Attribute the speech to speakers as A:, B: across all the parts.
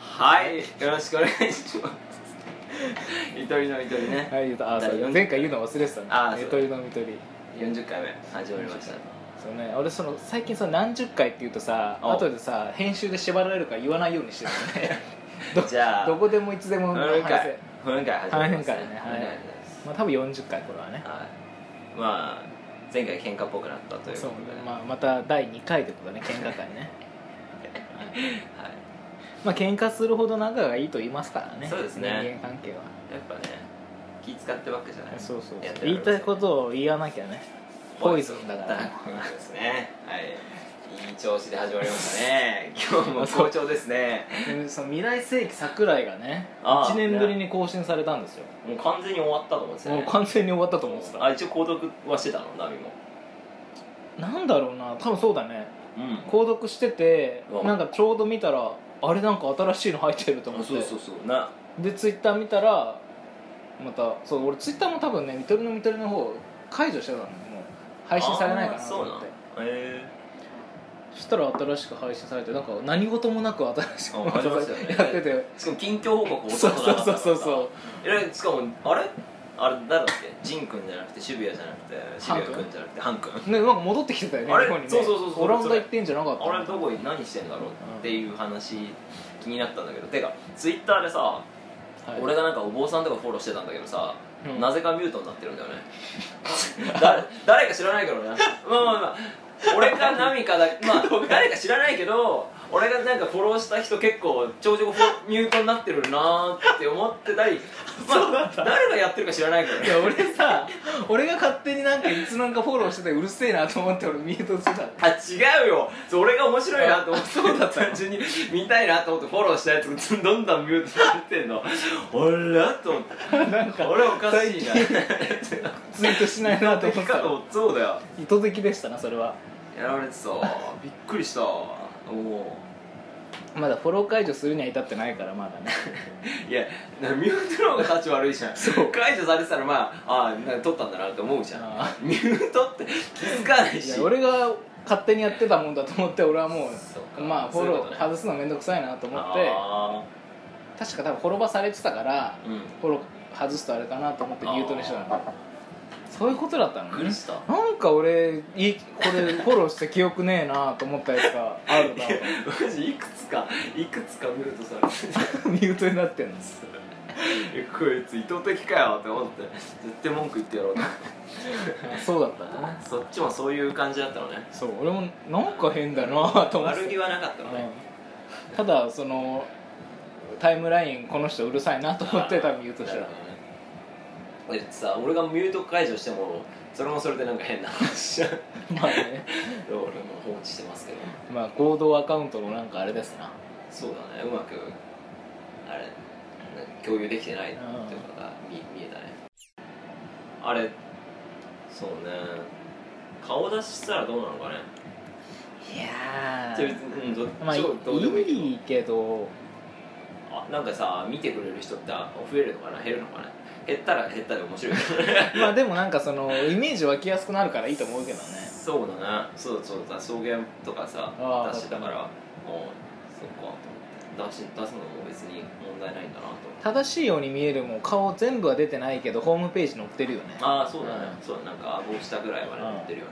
A: はいよろしくお願いしますゆとりのゆとりね、
B: はい、ゆとあ
A: だ
B: そう
A: よ
B: 前回言うの忘れてたね
A: あそう
B: ゆとりのみとり
A: 40回目始まりました
B: そうね俺その最近その何十回って言うとさ
A: お
B: 後でさ編集で縛られるから言わないようにして たねど
A: じゃあ
B: どこでもいつでも
A: 本
B: 話
A: 会
B: せ
A: 本会始まりました
B: 本会ねはい
A: 本会です
B: まあ多分40回これはね
A: はいまあ前回喧嘩っぽくなったという
B: そう
A: ことで、
B: まあ、また第2回ってことだね喧嘩会 ね、はい
A: はい、
B: まあ喧嘩するほど仲がいいと言いますからね
A: そうですね
B: 人間関係は
A: やっぱね気使ってばっかじゃない
B: そうそう
A: やってられ
B: 言い
A: ません
B: たいことを言わな きゃねポイズンだからね
A: そうですねはいいい調子で始まりました ね今日も好調ですね
B: でその未来世紀桜井がね
A: ああ
B: 1年ぶりに更新されたんですよ
A: もう完全に終わったと思ってたね
B: もう完全に終わったと思ってた
A: あ一応購読はしてたのナビも
B: なんだろうな多分そうだね
A: うん
B: 購読してて
A: うん
B: なんかちょうど見たらあれなんか新しいの入ってると思
A: あ
B: って
A: そうそうそうな
B: でツイッター見たらまたそう俺ツイッターも多分ねみとりのみとりの方解除してたのもう配信されないかなと思って
A: あーそうなんへ
B: そしたら新しく配信されてなんか何事もなく新しく
A: あありましたよね
B: やってて
A: えしかも近況報告
B: そうそうそうそう
A: う
B: そう
A: えしかもあれあれ誰だっけジン君じゃなくて渋谷じゃなくて渋谷君じゃなくてハン君
B: ね、なんか戻ってきてたよね
A: あれ
B: 日本にね
A: そうそうそうそう
B: オランダ行ってんじゃなかった
A: あれどこに何してんだろうっていう話気になったんだけどてかツイッターでさ
B: はい
A: 俺がなんかお坊さんとかフォローしてたんだけどさ、
B: うん
A: なぜかミュートになってるんだよね 誰誰か知らないけ どねまあまあまあ俺か何かだ まあ誰か知らないけど俺がなんかフォローした人結構長女フ ォミュートになってるなーって思って たり、まあ、誰がやってるか知らないけど
B: い
A: ね
B: や俺さ俺が勝手になんかいつなんかフォローしててうるせえなと思って俺ミュートしてた
A: あ違うよそれが面白いなと思って
B: あそうだったの
A: 単純に見たいなと思ってフォローしたやつがどんどんミュートされてんの俺らと思って
B: なんか
A: これおかしいな
B: 最ツイートしないなと思ってた
A: そうだよ
B: 意図的でしたなそれは
A: やられてたびっくりしたおお
B: まだフォロー解除するには至ってないからまだね
A: いやなミュートの方が価値悪いじゃん
B: そう
A: 解除されてたらまああーな取ったんだなって思うじゃん
B: あ
A: ミュートって気づかない
B: い
A: し
B: や俺が勝手にやってたもんだと思って俺はも
A: そうか
B: うまあフ
A: そうい
B: ォ
A: う
B: ロ
A: ことね
B: ー外すのめんどくさいなと思って
A: あ
B: 確か多分滅ばされてたから
A: ーうん
B: フォロー外すとあれかなと思ってミュートにしたのそういうことだった
A: びっ
B: の
A: く
B: ね
A: りした
B: なんか俺いこれフォローして記憶ねえなと思ったやつがある
A: い
B: な
A: やマジいくつかいくつかミュートさ れてた
B: ミュートになってんの
A: えこいつ意図的かよって思って絶対文句言ってや ろうと思っ
B: そうだったね
A: てそっちもそういう感じだったのね
B: そう俺もなんか変だなと思って
A: 悪気はなかったのね
B: うんただそのタイムラインこの人うるさいなと思ってたミュートした
A: なる
B: ら
A: ほどねでさ俺がミュート解除してもそれもそれでなんか変な話じ ゃん
B: まあね
A: 俺も放置してますけど
B: まあ合同アカウントのなんかあれですな
A: そうだねうまくあれなんか共有できてないっていうのが見見えたねあれそうね顔出ししたらどうなのかね
B: いや
A: ちょうんど
B: まあい
A: ちょどうでもいいけど
B: いいけど
A: あなんかさ見てくれる人ってあ増えるのかな減るのかな減ったら減ったで面白いけどね
B: まあでもなんかそのイメージ湧きやすくなるからいいと思うけどね
A: そうだねそうそうだ草原とかさ
B: あー
A: 出してたからもうそっかと思って出し出すのも別に問題ないんだなと思って
B: 正しいように見えるもん顔全部は出てないけどホームページ載ってるよね
A: ああそうだね、
B: うん
A: そうなんか顎下ぐらいまで乗ってるよね、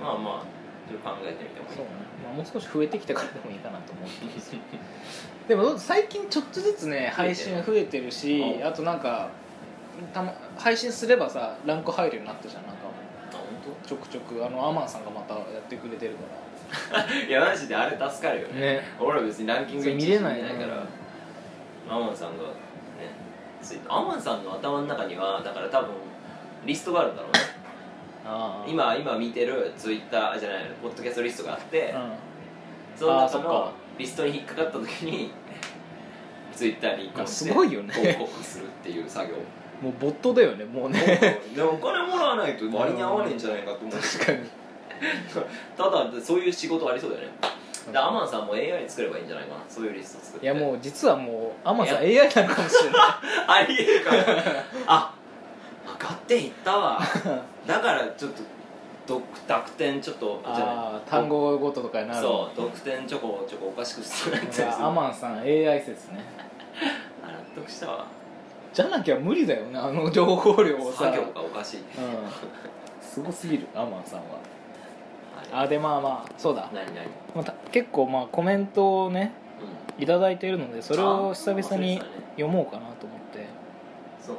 A: まあまあちょっと考えてみてもいい
B: そうね、まあ、もう少し増えてきてからでもいいかなと思ってますでもどう最近ちょっとずつ
A: 増え
B: ね
A: てる
B: 配信増えてるし
A: うん
B: あとなんかた、ま、配信すればさランク入るようになったじゃんなんか
A: あ本
B: ちょくちょくあのアマンさんがまたやってくれてるか
A: 当？ いやマジであれ助かるよ
B: ら
A: ね
B: ね
A: 俺ら別にランキング
B: そう
A: 一
B: 見
A: 位
B: れない
A: じゃから
B: うん
A: アマンさんがねついアマンさんの頭の中にはだから多分リストがあるんだろうね
B: ああ
A: 今今見てるツイッターじゃないポッドキャストリストがあって、
B: う
A: その
B: あー
A: 中
B: そっ
A: の
B: か
A: リストに引っかかった時にツイッターに移行して
B: すごいよね
A: 広告するっていう作業
B: んもうボットだよねもうね
A: でもお金もらわないと割に合わねえんじゃないかと思う
B: 確かに
A: ただそういう仕事ありそうだよねでアマンさんも AI 作ればいいんじゃないかなそういうリスト作っ
B: い
A: てい
B: やもう実はもうアマンさん AI なのかもしれない
A: あり えるからあ分かっていったわだからちょっと独濁点ちょっとじゃない
B: ああ単語ごととかになる
A: そう独点チョコをちょこおかしくするやつです
B: アマンさん AI 説ね
A: あ納得したわ
B: じゃなきゃ無理だよねあの情報量をさ
A: 作業がおかしい
B: うんすごすぎるアマンさんは
A: あれ
B: あでまあまあそうだ、
A: 何何うん
B: また結構まあコメントをねいただいているのでそれを久々に
A: あー忘れてたね
B: 読もうかなと思って
A: そう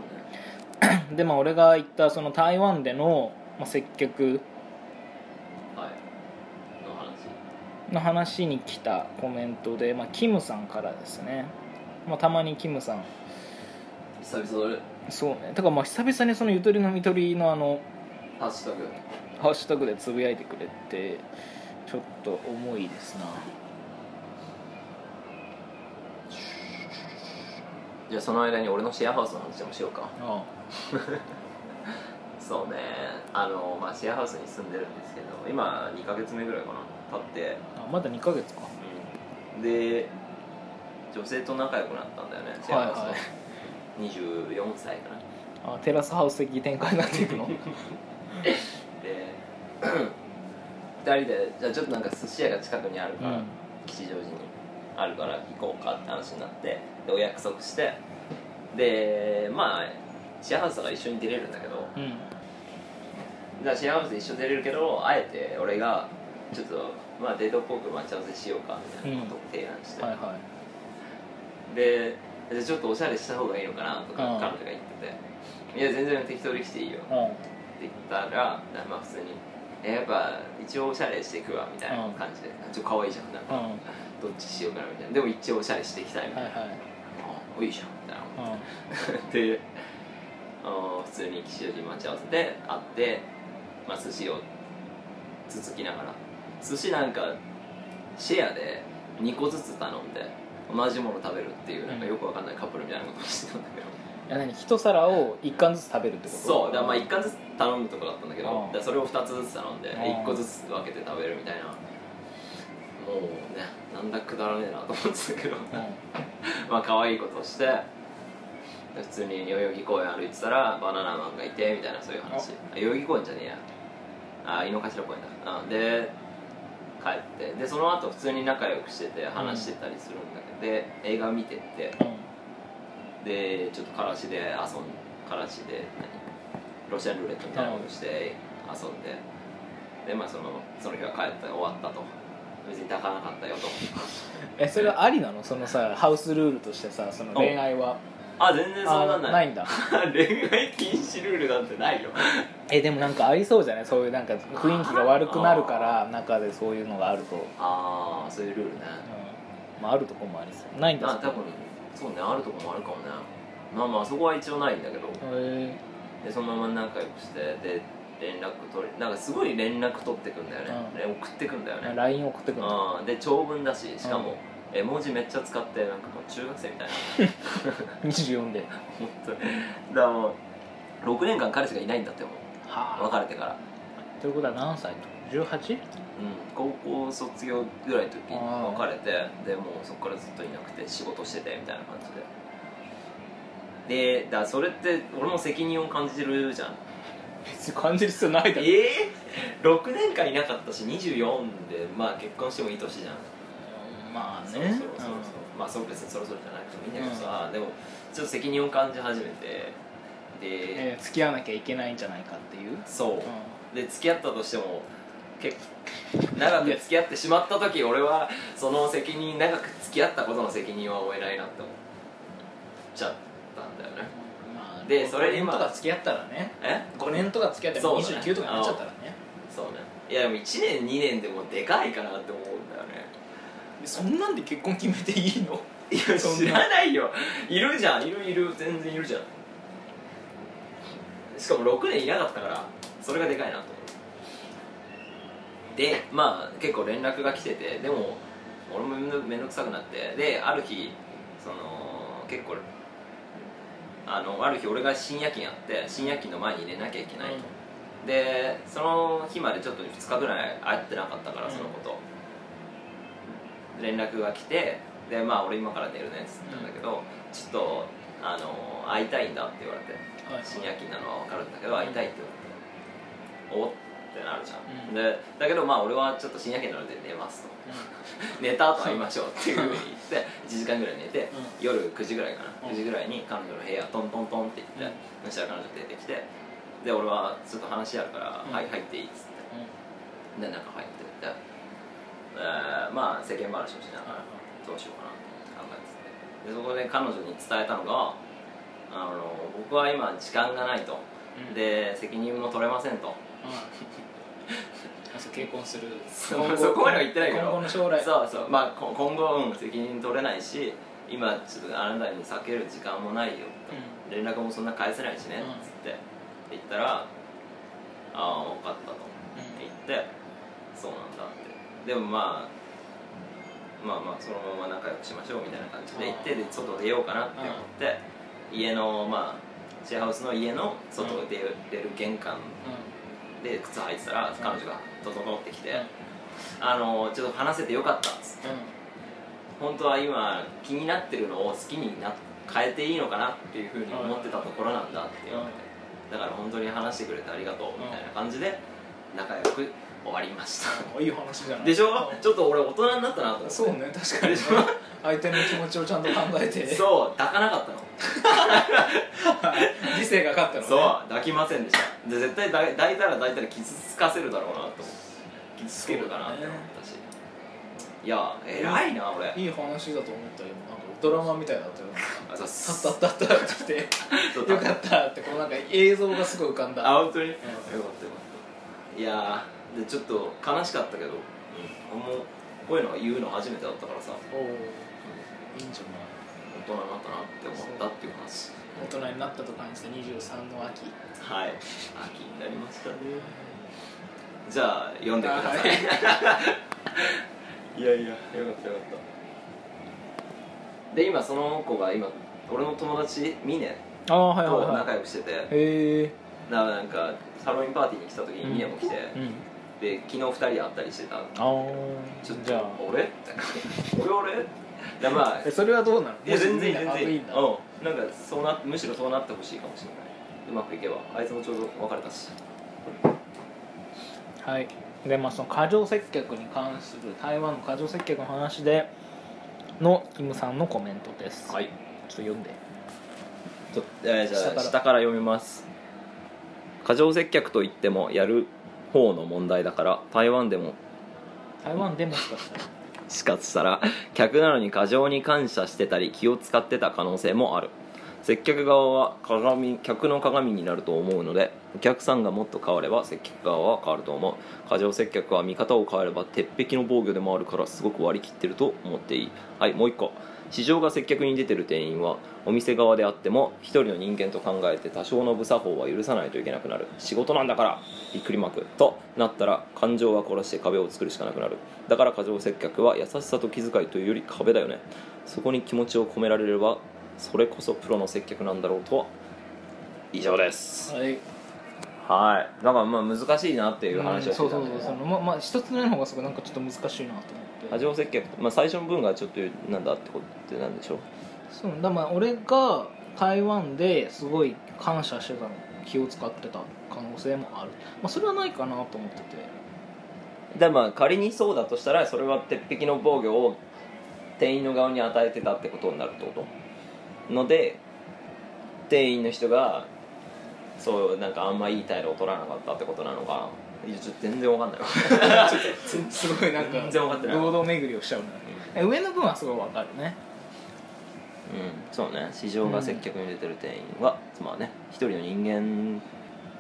A: ね
B: でまあ俺が言ったその台湾での、まあ、接客
A: はいの話
B: の話に来たコメントで、まあ、キムさんからですね、まあ、たまにキムさん
A: 久々の
B: そうねだからまあ久々にそのゆとりのみとりのあの
A: ハッシュタグ
B: ハッシュタグでつぶやいてくれてちょっと重いですな
A: じゃあその間に俺のシェアハウスの話でもしようか
B: あ
A: そうねあのまあシェアハウスに住んでるんですけど今2ヶ月目ぐらいかな経って、
B: あまだ2ヶ月か
A: で女性と仲良くなったんだよねシェアハウスは、24歳かな
B: あテラスハウス的展開になっていくの
A: で2人でじゃあちょっとなんか寿司屋が近くにある
B: う
A: から、
B: ん
A: 吉祥寺にあるから行こうかって話になってでお約束してでまあシェアハウスだから一緒に出れるんだけど
B: うん
A: じゃあシェアハウスで一緒に出れるけどあえて俺がちょっとまあデートっぽく待ち合わせしようかみたいなことを提案して、
B: はいは
A: でじゃあちょっとおしゃれした方がいいのかなとか彼
B: うん
A: 女が言ってて「いや全然適当に来ていいよ」って
B: い
A: 言ったらまあ普通に「えやっぱ一応おしゃれしていくわ」みたいな感じで「ちょっと可愛いじゃん」なん
B: うん
A: か
B: うん
A: どっちしようかなみたいなでも一応おしゃれしていきたいみた
B: はいい
A: な、
B: はい
A: あいいじゃんみたいな
B: うん
A: であの普通に吉祥寺待ち合わせで会って、まあ、寿司をつつきながら寿司なんかシェアで2個ずつ頼んで同じもの食べるっていうなんかよくわかんないカップルみたいなことをしてたんだけど、
B: いや何一皿を一貫ずつ食べるってこと
A: そうだからまあ1貫ずつ頼むとこだったんだけど
B: うん
A: だからそれを2つずつ頼んで
B: うん
A: 1個ずつ分けて食べるみたいなもうねなんだくだらねえなと思ってたけど まあ可愛いことをして普通に代々木公園歩いてたらバナナマンがいてみたいなそういう話あ代々木公園じゃねえやあ井の頭公園だ、うん、で帰ってでその後普通に仲良くしてて話してたりするんだけど、で映画見てって
B: うん、うん
A: でちょっとからしで遊んからしで何ロシアンルーレットみたいなことして遊んででまあそのその日は帰って終わったと別に抱かなかったよと
B: えそれはありなのそのさハウスルールとしてさその恋愛は
A: あ全然そうなん
B: あ
A: ない
B: ないんだ
A: 恋愛禁止ルールなんてないよ
B: えでもなんかありそうじゃないそういうなんか雰囲気が悪くなるから中でそういうのがあると、うん
A: ああそういうルールね
B: まあ、あるとこもありそうないんだ
A: まあ多分そうねあるとこもあるかもねまあまあそこは一応ないんだけど
B: へ
A: でそのまま仲良くしてで連絡取りなんかすごい連絡取ってくんだよね、
B: うん
A: で送ってくんだよ
B: え
A: ね、
B: ー、LINE 送ってくるの
A: あーで長文だししかも、絵文字めっちゃ使ってなんかもう中学生みたいな
B: 24で
A: 本当にだからもう6年間彼氏がいないんだってもう
B: はあ
A: 別れてから、
B: ということは何歳と 18?
A: うん、高校卒業ぐらいの時に
B: あー
A: 別れてでもうそこからずっといなくて仕事しててみたいな感じででだからそれって俺も責任を感じるじゃん
B: 別に感じる必要ないだろ
A: えー、6年間いなかったし24でまあ結婚してもいい年じゃん
B: うんまあ
A: そうそう
B: ね
A: そうそう、まあそう別にそろそろじゃなくてもいいんだけどさ、でもちょっと責任を感じ始めて
B: うん
A: で、
B: えー付き合わなきゃいけないんじゃないかっていう、
A: そう
B: うん、
A: で付き合ったとしても結長く付き合ってしまった時俺はその責任長く付き合ったことの責任は負えないなって思っちゃったんだよね
B: まあ、
A: で
B: で
A: そ
B: そ
A: れ
B: れ
A: で
B: 年
A: 今
B: とか付き合ったらね
A: え
B: 5年とか付き合っても
A: そうだね
B: 29とかになっちゃったらね
A: そうねいやでも1年2年でもでかいかなって思うんだよね
B: そんなんで結婚決めていいの
A: いや
B: そんな
A: 知らないよいるじゃんいるいる全然いるじゃんしかも6年いなかったからそれがでかいなと思うでまあ結構連絡が来ててでも俺もめんどめんどくさくなってである日その結構あのある日俺が深夜勤やって深夜勤の前に入れなきゃいけないと、でその日までちょっと2日ぐらい会ってなかったから
B: うん
A: そのこと、連絡が来てでまあ俺今から寝るねっつったんだけど、ちょっとあの会いたいんだって言われて
B: はい
A: 深夜勤なのは分かるんだけど会いたいって言われておってなるじゃん、
B: うん
A: でだけどまあ俺はちょっと深夜券なので寝ますと寝た後会いましょうっていうふうに言って1時間ぐらい寝て、
B: う
A: 夜9時ぐらいかな
B: うん
A: 9時ぐらいに彼女の部屋トントントンって言って、そしたら彼女出てきてで俺はちょっと話あるから「
B: うん
A: はい入っていい」っつってで中入ってって、えーまあ世間話をしながらどうしようかなって考えててでそこで彼女に伝えたのがあの僕は今時間がないと、
B: うん
A: で責任も取れませんと
B: あそう結婚する
A: そそこまでは言ってないけど
B: 今後の将来
A: そうそうまあこ今後、うん、責任取れないし今ちょっとあなたに避ける時間もないよと、連絡もそんな返せないしね、
B: うん
A: つって言ったら「ああ分かった」と
B: うん
A: 言って「そうなんだ」ってでもまあまあまあそのまま仲良くしましょうみたいな感じで行って
B: うん
A: で外出ようかなって思って家のまあシェアハウスの家の外出れる玄関で靴履いてたら
B: ん
A: 彼女が整ってきて
B: うん
A: 「あのちょっと話せてよかった」っつって本当は今気になってるのを好きにな変えていいのかなっていうふうに思ってたところなんだって言われてだから本当に話してくれてありがとうみたいな感じで仲良く終わりました
B: うんいい話じゃない
A: でしょちょっと俺大人になったなと思って
B: そうね確かにね
A: でしょ
B: 相手の気持ちをちゃんと考えて
A: そう抱かなかったの
B: 理性が勝ったのね
A: そう抱きませんでしたで絶対抱い抱いたら抱いたら傷つかせるだろうなと思って傷つけるかなって思ったし、いや偉いな俺
B: いい話だと思ったよなんかドラマみたいだったよ
A: あざっす
B: タッタッタッタッって来
A: そう
B: てよかったってこうなんか映像がすごい浮かんだ
A: あ本当に、よか
B: ん
A: ったよかったいやーでちょっと悲しかったけど、もうこういうのは言うの初めてだったからさ
B: おおいいんじゃない
A: 大人になったなって思ったっていう話
B: 大人になったと感じて23の秋
A: はい秋になりましたねじゃあ読んでください、、
B: はい
A: やいやよかったよかったで今その子が今俺の友達ミネ
B: ああは
A: と仲良くしてて、
B: へえ
A: ななんかハロウィンパーティーに来た時にミネも来て、
B: うん
A: で昨日二人で会ったりしてた
B: ああ
A: ちょっと俺 って俺俺でまあ
B: えそれはどうなの
A: いや全然いい全
B: もしみんな
A: 然いい
B: あいいんだ
A: うんなんかそうなむしろそうなってほしいかもしれないうまくいけばあいつもちょうど別れたし
B: はいでまあその過剰接客に関する台湾の過剰接客の話でのキムさんのコメントです、
A: はい
B: ちょっと読んで
A: とえーじゃあ
B: 下
A: 下
B: か
A: からら読みます過剰接客といってもやる方の問題だから台湾でも
B: 台湾でもしかしたら
A: 死活したら客なのに過剰に感謝してたり気を使ってた可能性もある接客側は鏡客の鏡になると思うのでお客さんがもっと変われば接客側は変わると思う過剰接客は見方を変えれば鉄壁の防御でもあるからすごく割り切ってると思っていいはいもう一個市場が接客に出てる店員はお店側であっても一人の人間と考えて多少の無作法は許さないといけなくなる仕事なんだからびっくりマークとなったら感情は殺して壁を作るしかなくなるだから過剰接客は優しさと気遣いというより壁だよねそこに気持ちを込められればそれこそプロの接客なんだろうとは以上です
B: はい
A: はいだからまあ難しいなっていう話を
B: うん
A: して
B: そう
A: た
B: そうんそ
A: で
B: うそのまあまあ一つ目の方がすごいなんかちょっと難しいなと思っ
A: 過
B: て
A: 剰接客、まあ、最初の分がちょっとなんだってことってなんでしょう
B: そうだからまあ俺が台湾ですごい感謝してたの気を使ってた可能性もある、まあ、それはないかなと思ってて
A: だまあ仮にそうだとしたらそれは鉄壁の防御を店員の側に与えてたってことになるってことので店員の人がそうなんかあんまいい態度を取らなかったってことなのかないやちょっと全然わかんないわ
B: すごいなんか
A: 全然分かってない
B: 堂々巡りをしちゃうなえ上の分はすごいわかるね
A: うんそうね市場が接客に出てる店員は、まあね一人の人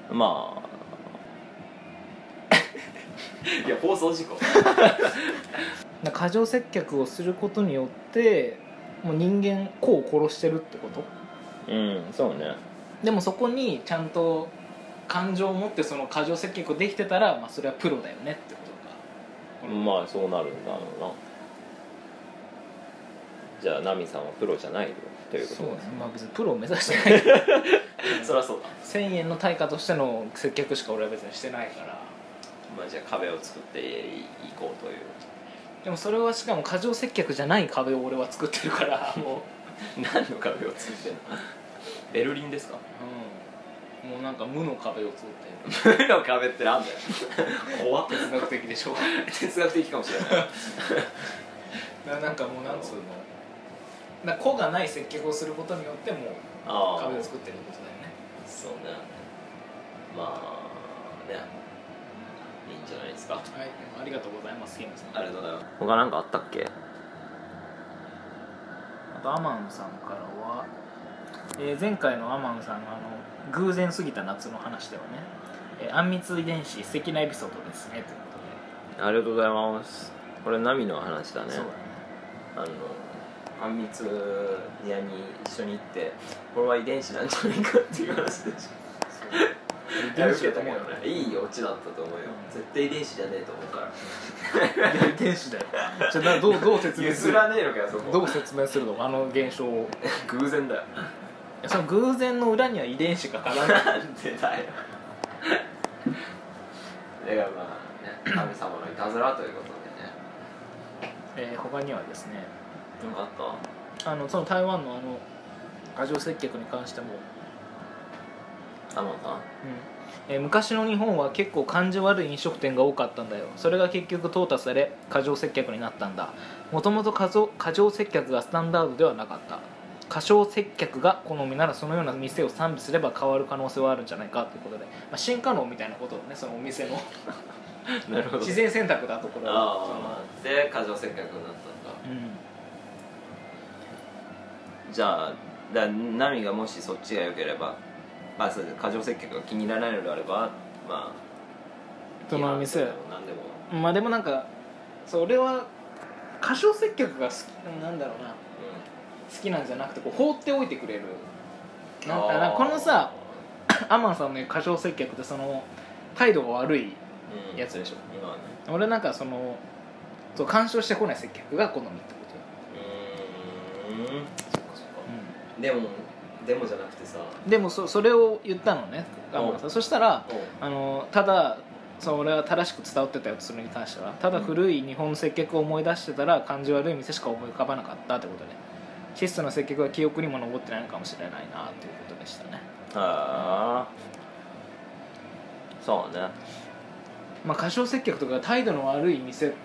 A: 間まあ いや放送事故
B: なんか過剰接客をすることによってもう人間個を殺してるってこと
A: うんそうね
B: でもそこにちゃんと感情を持ってその過剰接客できてたら、まあ、それはプロだよねってことか
A: まあそうなるんだろうなじゃあナミさんはプロじゃないよということ
B: そう
A: で
B: ねまあ別にプロを目指して ないけど
A: そりゃそうだ、
B: 1000円の対価としての接客しか俺は別にしてないから
A: まあ、じゃあ壁を作っていこうという
B: でもそれはしかも過剰接客じゃない壁を俺は作ってる からもう
A: 何の壁を作ってんのベルリンですか
B: うもうなんか無の壁を通って
A: 無の壁ってなん だよ怖っ
B: 哲学的で しょ
A: 哲学的かもしれない
B: ななんかもうなんつうのな個がない接客をすることによってもう
A: ああ
B: 壁を作ってるってことだよね
A: そうねまあねいいんじゃないですか
B: はいありがとうございますゲームさん
A: ありがとうございます他なんかあったっけ
B: あとアマンさんからは、えー前回のアマンさんのあの偶然過ぎた夏の話ではね、えー、あんみつ遺伝子素敵なエピソードですねというこ
A: ありがとうございますこれナミの話だ
B: と
A: ね
B: で、そうだね
A: あのあんみつニアに一緒に行ってこれは遺伝子なんじゃないかっていう話でしょ
B: そう遺
A: いや
B: 伝
A: 受
B: 子
A: け
B: だと
A: たけ
B: 思う
A: ど
B: よ
A: ねいいオチだったと思うよ絶対遺伝子じゃねえと思うから
B: 遺伝子だよじゃあなどうどう説明
A: 譲
B: する
A: らねえのかよそこ
B: どう説明するのあの現象を
A: 偶然だよ
B: いやその偶然の裏には遺伝子が絡んでる
A: なんでだ よだからまあね神様のいたずらということでね
B: えー他にはですね
A: よかった
B: あのその台湾のあの過剰接客に関しても、
A: タモンさん
B: えー昔の日本は結構感じ悪い飲食店が多かったんだよそれが結局淘汰され過剰接客になったんだもともと過剰過剰接客がスタンダードではなかった過小接客が好みならそのような店を賛美すれば変わる可能性はあるんじゃないかということで、まあ、進化論みたいなことをねそのお店の
A: なるほ
B: 自然選択だとこれは
A: ああで過剰接客になったんだ
B: そのうん
A: じゃあだナミがもしそっちが良ければまあそうです過剰接客が気に入らないのであればまあ
B: その店
A: 何でも
B: まあでもなんかそれは過小接客が好きなんだろうな好きなんじゃなくてこう放っておいてくれるなんかなんかこのさ、アマンさんの言う過小接客ってその態度が悪い
A: うん
B: やつでしょ
A: 今はね
B: 俺なんかそのそう干渉してこない接客が好みってこと
A: う
B: よ
A: ーんそっかそっかでもでもじゃなくてさ
B: でもそそれを言ったのねアマンさんそしたらあのただそう俺は正しく伝わってたよそれに関してはただ古い日本の接客を思い出してたら感じ悪い店しか思い浮かばなかったってことで質素な接客は記憶にも残ってないのかもしれないなっていうことでしたね
A: ああそうね
B: まあ過小接客とか態度の悪い店って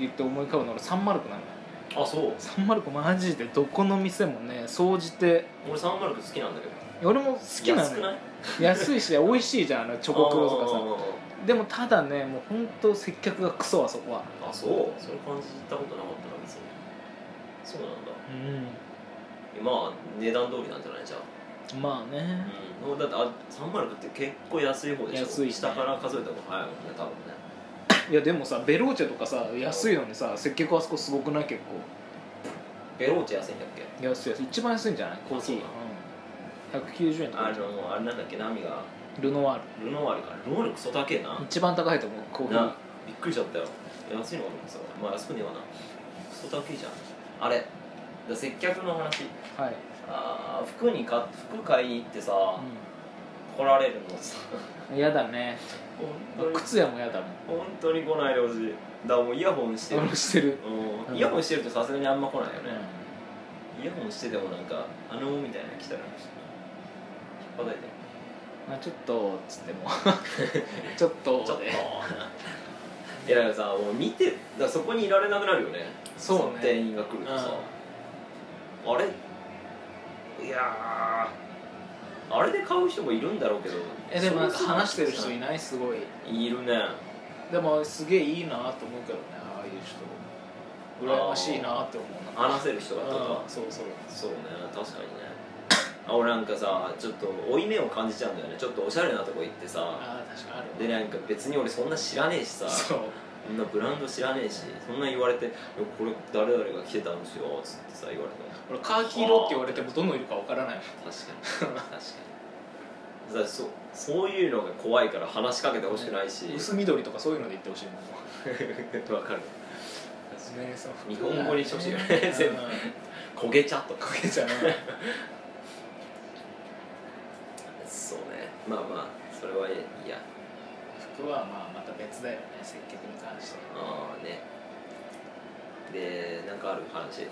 B: 言って思い浮かぶの俺サンマルクなのよ
A: あそう
B: サンマルクマジでどこの店もね総じて
A: 俺サンマルク好きなんだけど好
B: 俺も好きなの
A: 安くない
B: 安いし美味しい じゃんあのチョコクロとかさ
A: さ
B: でもただねもう本当接客がクソはそこは
A: あそうそれ感じたことなかったな別にそうなんだ
B: う
A: まあ値段通りなんじゃないじゃあ
B: んまあね
A: うん、だってあ309って結構安い方でしょ
B: 安いね
A: 下から数えた方が早いもんね多分ね
B: いやでもさベローチェとかさ安いのにさ接客あそこすごくない結構
A: ベローチェ安いんだっけ
B: 安い安い一番安いんじゃないコーヒー
A: あ
B: うん190円と
A: あ
B: か
A: のあれなんだっけナミが
B: ルノワー
A: ルノワールかルノワールクソ高えな
B: ル一番高いと思うコーヒー
A: なびっくりしちゃったよ安いのかと思ってさまあ安くねえわなクソ高えじゃんあれだ接客の話
B: はい、
A: あー服にか服買いに行ってさ、来られるのさ
B: うん、やだね
A: 本当に
B: 靴屋もやだもん
A: 本当に来ないでほしいだからもうイヤホンしてる
B: 俺もしてる、
A: う
B: うん
A: んイヤホンしてるとさすがにあんま来ないよね、イヤホンしててもなんか「あのー」みたいなの来たら引っ叩いて
B: まあ、ちょっとっつっ てもちょっ
A: 「
B: と
A: ちょっと」
B: で
A: いやだからさもう見てだからそこにいられなくなるよね
B: そうね
A: の店員が来るとさ、あれいやーあれで買う人もいるんだろうけど
B: えでもなんか話してる人い
A: な
B: ないすごい
A: いいるね
B: でもすげえいいなと思うけどねああいう人羨ましいなって思うな
A: 話せる人がとか
B: うんそうそう
A: そうね確かにねあ俺なんかさちょっと負い目を感じちゃうんだよねちょっとおしゃれなとこ行ってさ
B: ああ確かにある
A: でなんか別に俺そんな知らねえしさ
B: そう
A: そんなブランド知らねえしそんな言われていや「これ誰々が着てたんですよ」っつってさ言われても
B: 俺カーキ色って言われてもどの色かわからないもん
A: 確かに確かにだそそういうのが怖いから話しかけてほしくないし
B: 薄緑とかそういうので言ってほしいもん
A: わかる
B: ねそう
A: 日本語にしてほしいよね 全部焦げ茶とか
B: かけちゃうな
A: そうねまあまあそれはいいや
B: 服はまあまた別だよね接客に関しては
A: ああねでなんかある話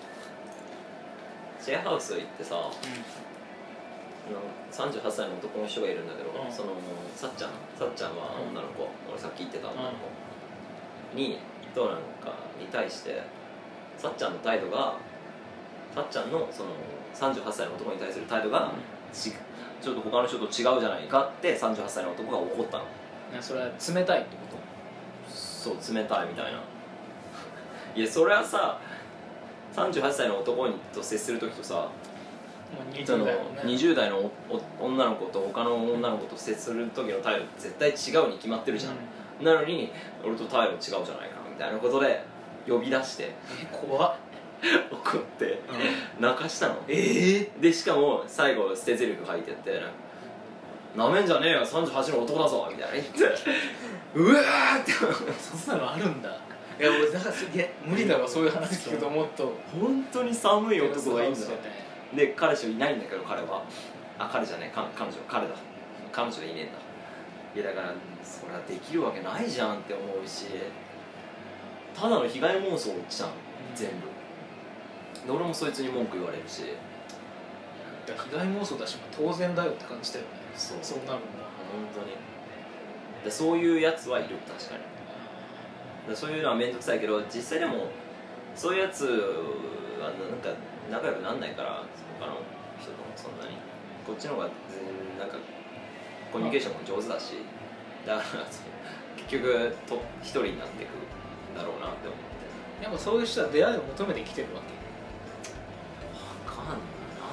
A: シェアハウス行ってさの38歳の男の人がいるんだけど、
B: うん
A: そのさっちゃんさっちゃんは女の子、俺さっき言ってた女の子にどうなのかに対してさっちゃんの態度がさっちゃんのその38歳の男に対する態度が、ちちょっと他の人と違うじゃないかって38歳の男が怒ったの
B: ねそれは冷たいってこと
A: そう冷たいみたいないやそれはさ38歳の男にと接する時とさ
B: もう
A: そ
B: 20
A: の
B: 代もね
A: 20代のお女の子と他の女の子と接する時の態度絶対違うに決まってるじゃん、なのに俺と態度違うじゃないかみたいなことで呼び出して
B: うん怖っ、
A: 怒って
B: うん、
A: 泣かしたの
B: ええ
A: でしかも最後捨て台詞書いてってなんか「なめんじゃねえよ38の男だぞ」みたいな言ってうわーって
B: そんなのあるんだいや俺なんかすげえ無理だわそういう話聞くともっと
A: 本当に寒い男がいいんだ
B: そうね
A: で彼氏いないんだけど彼はあ彼じゃねえか彼女彼だ彼女いねえんだいやだからそりゃできるわけないじゃんって思うしただの被害妄想じゃん全部で俺もそいつに文句言われるし
B: いや被害妄想だし、まあ、当然だよって感じだよね
A: そう
B: そんなのも
A: 本当にでそういうやつはいる確かにでそういうのは面倒くさいけど実際でもそういうやつはなんか仲良くなんないから他の人ともそんなにこっちの方が全然なんかコミュニケーションも上手だしだからそう結局と一人になっていくんだろうなって思って
B: やっぱそういう人は出会いを求めて生きてるわ
A: わかんない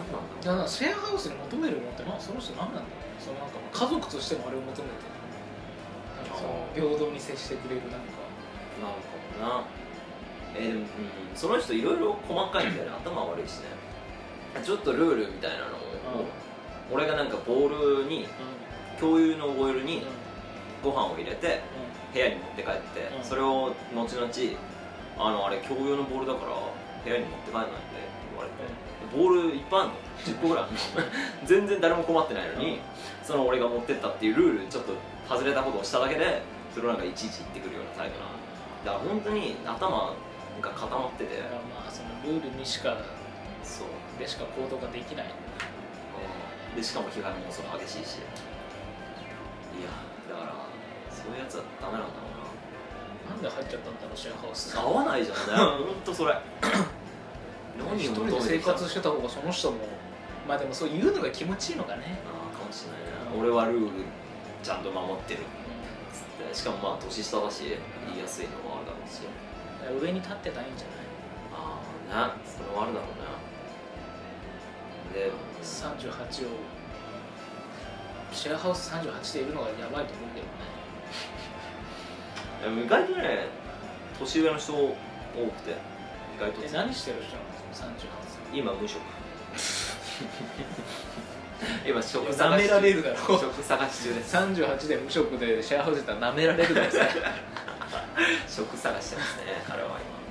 A: 何なん
B: けだからシェアハウスに求めるもんってまあその人何なんだろうねそのなんか家族としてもあれを求めてなんかその平等に接してくれるなんか
A: なのかもなえーでも、うん、その人いろいろ細かいんだよね頭悪いしねちょっとルールみたいなの
B: うん
A: を俺がなんかボールに共有のボールにご飯を入れて部屋に持って帰って、
B: うん
A: それを後々あのあれ共用のボールだから部屋に持って帰らないんでって言われて、ボールいっぱいあるの10個ぐらいあ るの全然誰も困ってないのに、
B: うん
A: その俺が持ってったっていうルールちょっと外れたことをしただけでそれをなんかいちいち言ってくるようなタイプなのだから本当に頭が固まってて、
B: だからまあそのルールにしか
A: そう
B: でしか行動ができない
A: でしかも被害もその激しいしいやだからそういうやつはダメなんだろうな
B: なんで入っちゃったんだろうシェアハウス
A: 合わない じゃんねほんとそれ 何を
B: 一人
A: 求
B: で
A: めて
B: 生
A: きたの
B: 活してた方がその人もまあでもそう言うのが気持ちいいのかね
A: あーかもしれないね俺はルールちゃんと守ってるっつってしかもまあ年下だし言いやすいのもあるだろうし
B: 上に立ってないんじゃな
A: ああ
B: い
A: ねそれもあるだろうねで
B: 38をシェアハウス38でいるのがやばいと思うんだよね
A: でも意外とね年上の人多くて意外と
B: で何してる人なんですか38
A: 今無 職今職
B: 歳舐
A: 探し
B: められ
A: 中
B: るだろ
A: 職探し中です
B: 38で無職でシェアハウスだったら舐められるだろ
A: 職探してますね彼は今